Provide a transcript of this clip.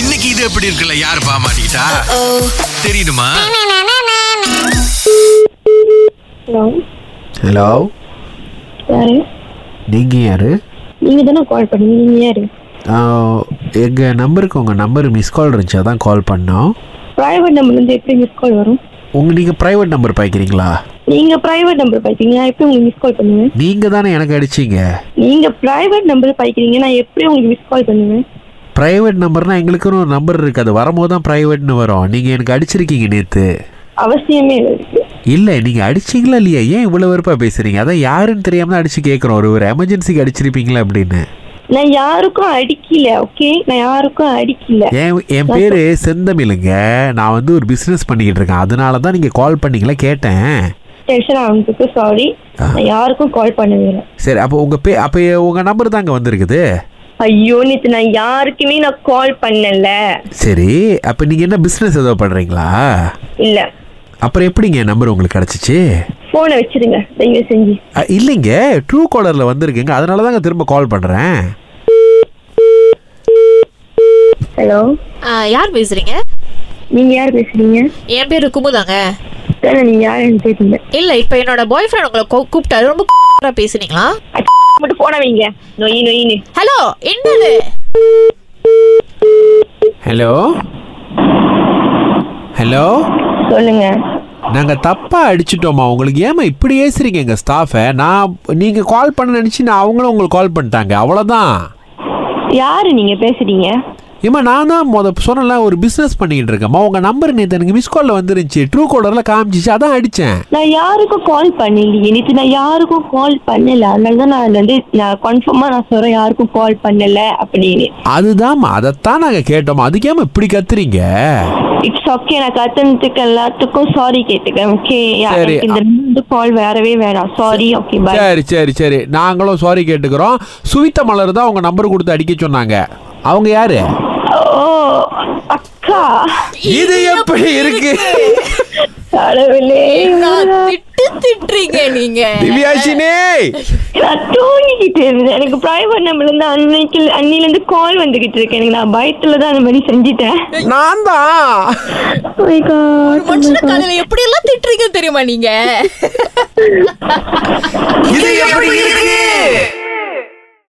இன்னைக்கு இது எப்படி இருக்குல்ல யாரு பாமாட்டா தெரியுமா ஹலோ ஹலோ யாரு நீங்கள் யார் நீங்க தானே கால் பண்ணீங்க நீங்க யாரு எங்கள் நம்பருக்கு உங்கள் நம்பர் மிஸ் கால் இருந்துச்சு அதான் கால் பண்ணோம் பிரைவேட் நம்பர்ல இருந்து எப்படி மிஸ் கால் வரும் உங்கள் நீங்கள் ப்ரைவேட் நம்பர் பார்க்குறீங்களா நீங்க பிரைவேட் நம்பர் பாய்க்கிறீங்க நான் எப்படி உங்களுக்கு மிஸ் கால் பண்ணுவேன் நீங்கள் தானே எனக்கு அடிச்சீங்க நீங்க பிரைவேட் நம்பர் பாய்க்கிறீங்க நான் எப்படி உங்களுக்கு மிஸ் கால் பண்ணுவேன் ப்ரைவேட் நம்பர்னால் எங்களுக்குன்னு ஒரு நம்பர் இருக்குது அது வரும்போது தான் ப்ரைவேட்னு வரும் நீங்கள் எனக்கு அடிச்சிருக்கீங்க நேற்று அவசியமே இல்லை இதுக்கு. இல்லை நீங்கள் அடிச்சிங்களா இல்லையா ஏன் இவ்வளோ வெறுப்பாக பேசுகிறீங்க அதான் யாருன்னு தெரியாம தான் அடித்து கேட்குறோம் ஒரு ஒரு எமர்ஜென்சிக்கு அடிச்சிருப்பீங்களா அப்படின்னு நான் யாருக்கும் அடிக்கல ஓகே நான் யாருக்கும் அடிக்கல என் என் பேர் செந்தமிழுங்க நான் வந்து ஒரு பிஸ்னஸ் பண்ணிக்கிட்டு இருக்கேன் அதனால தான் நீங்கள் கால் பண்ணீங்களா கேட்டேன் டென்ஷன் ஆகுறதுக்கு சாரி நான் யாருக்கும் கால் பண்ணவே இல்லை சரி அப்போ உங்கள் பே அப்போ உங்கள் நம்பர் தாங்க வந்திருக்குது ஐயோ நேத்து நான் யாருக்குமே நான் கால் பண்ணல சரி அப்போ நீங்கள் என்ன பிஸ்னஸ் ஏதோ பண்ணுறீங்களா இல்ல அப்புறம் எப்படிங்க நம்பர் உங்களுக்கு கிடச்சிச்சு போனை வச்சிருங்க தயவு செஞ்சு அ, இல்லைங்க ட்ரூ காலரில் வந்திருக்குங்க அதனால தாங்க திரும்ப கால் பண்ணுறேன் ஹலோ ஆ, யார் பேசுறீங்க நீங்க யார் பேசுறீங்க என் பேரு குமுதாங்க தெரியல நீங்க யாருன்னு தெரியல இல்ல இப்ப என்னோட பாய் ஃப்ரெண்ட் உங்களை கூ- கூப்பிட்டாரு ரொம்ப கூப்பிட்டா பேசுனீங்களா அச்ச, மட்டும் போன வைங்க நொய் நொயின்னு ஹலோ என்னது ஹலோ ஹலோ சொல்லுங்க நாங்கள் தப்பாக அடிச்சிட்டோமா உங்களுக்கு ஏமா இப்படி ஏசுறீங்க எங்கள் ஸ்டாஃபை நான் நீங்கள் கால் பண்ண நினச்சி நான் அவங்களும் உங்களுக்கு கால் பண்ணிட்டாங்க அவ்வளோதான் யாரு நீங்க பேசுறீங்க ஏம்மா நான் தான் முத சொன்னல ஒரு பிஸ்னஸ் பண்ணிக்கிட்டு இருக்கேம்மா உங்கள் நம்பர் நேற்று எனக்கு மிஸ் காலில் வந்துருந்துச்சு ட்ரூ காலரில் காமிச்சிச்சு அதான் அடித்தேன் நான் யாருக்கும் கால் பண்ணலையே நேற்று நான் யாருக்கும் கால் பண்ணல அதனால தான் நான் வந்து நான் கன்ஃபார்மா நான் சொல்றேன் யாருக்கும் கால் பண்ணல அப்படின்னு அதுதான்மா அதைத்தான் நாங்கள் கேட்டோம் அதுக்கேம்மா இப்படி கத்துறீங்க இட்ஸ் ஓகே நான் கத்தனத்துக்கு எல்லாத்துக்கும் சாரி கேட்டுக்கிறேன் ஓகே சரி. இந்த ரெண்டு கால் வேறவே வேணாம் சாரி ஓகே பை சரி சரி சரி நாங்களும் சாரி கேட்டுக்கிறோம் சுவித்த மலர் தான் உங்கள் நம்பர் கொடுத்து அடிக்க சொன்னாங்க அவங்க யாரு ஓ அக்கா இது எப்படி இருக்கு கடவுளே நான் திட்டு திட்டுறீங்க நீங்க திவ்யாஷினே நான் தூங்கிக்கிட்டு இருந்தேன் எனக்கு பிரைவேட் நம்பர்ல இருந்து அன்னைக்கு அன்னில இருந்து கால் வந்துகிட்டு இருக்கு எனக்கு நான் பயத்துல தான் அந்த மாதிரி செஞ்சிட்டேன் நான் தான் Oh my God. மனுஷன காலையில எப்படி எல்லாம் திட்டுறீங்க தெரியுமா நீங்க இது எப்படி இருக்கு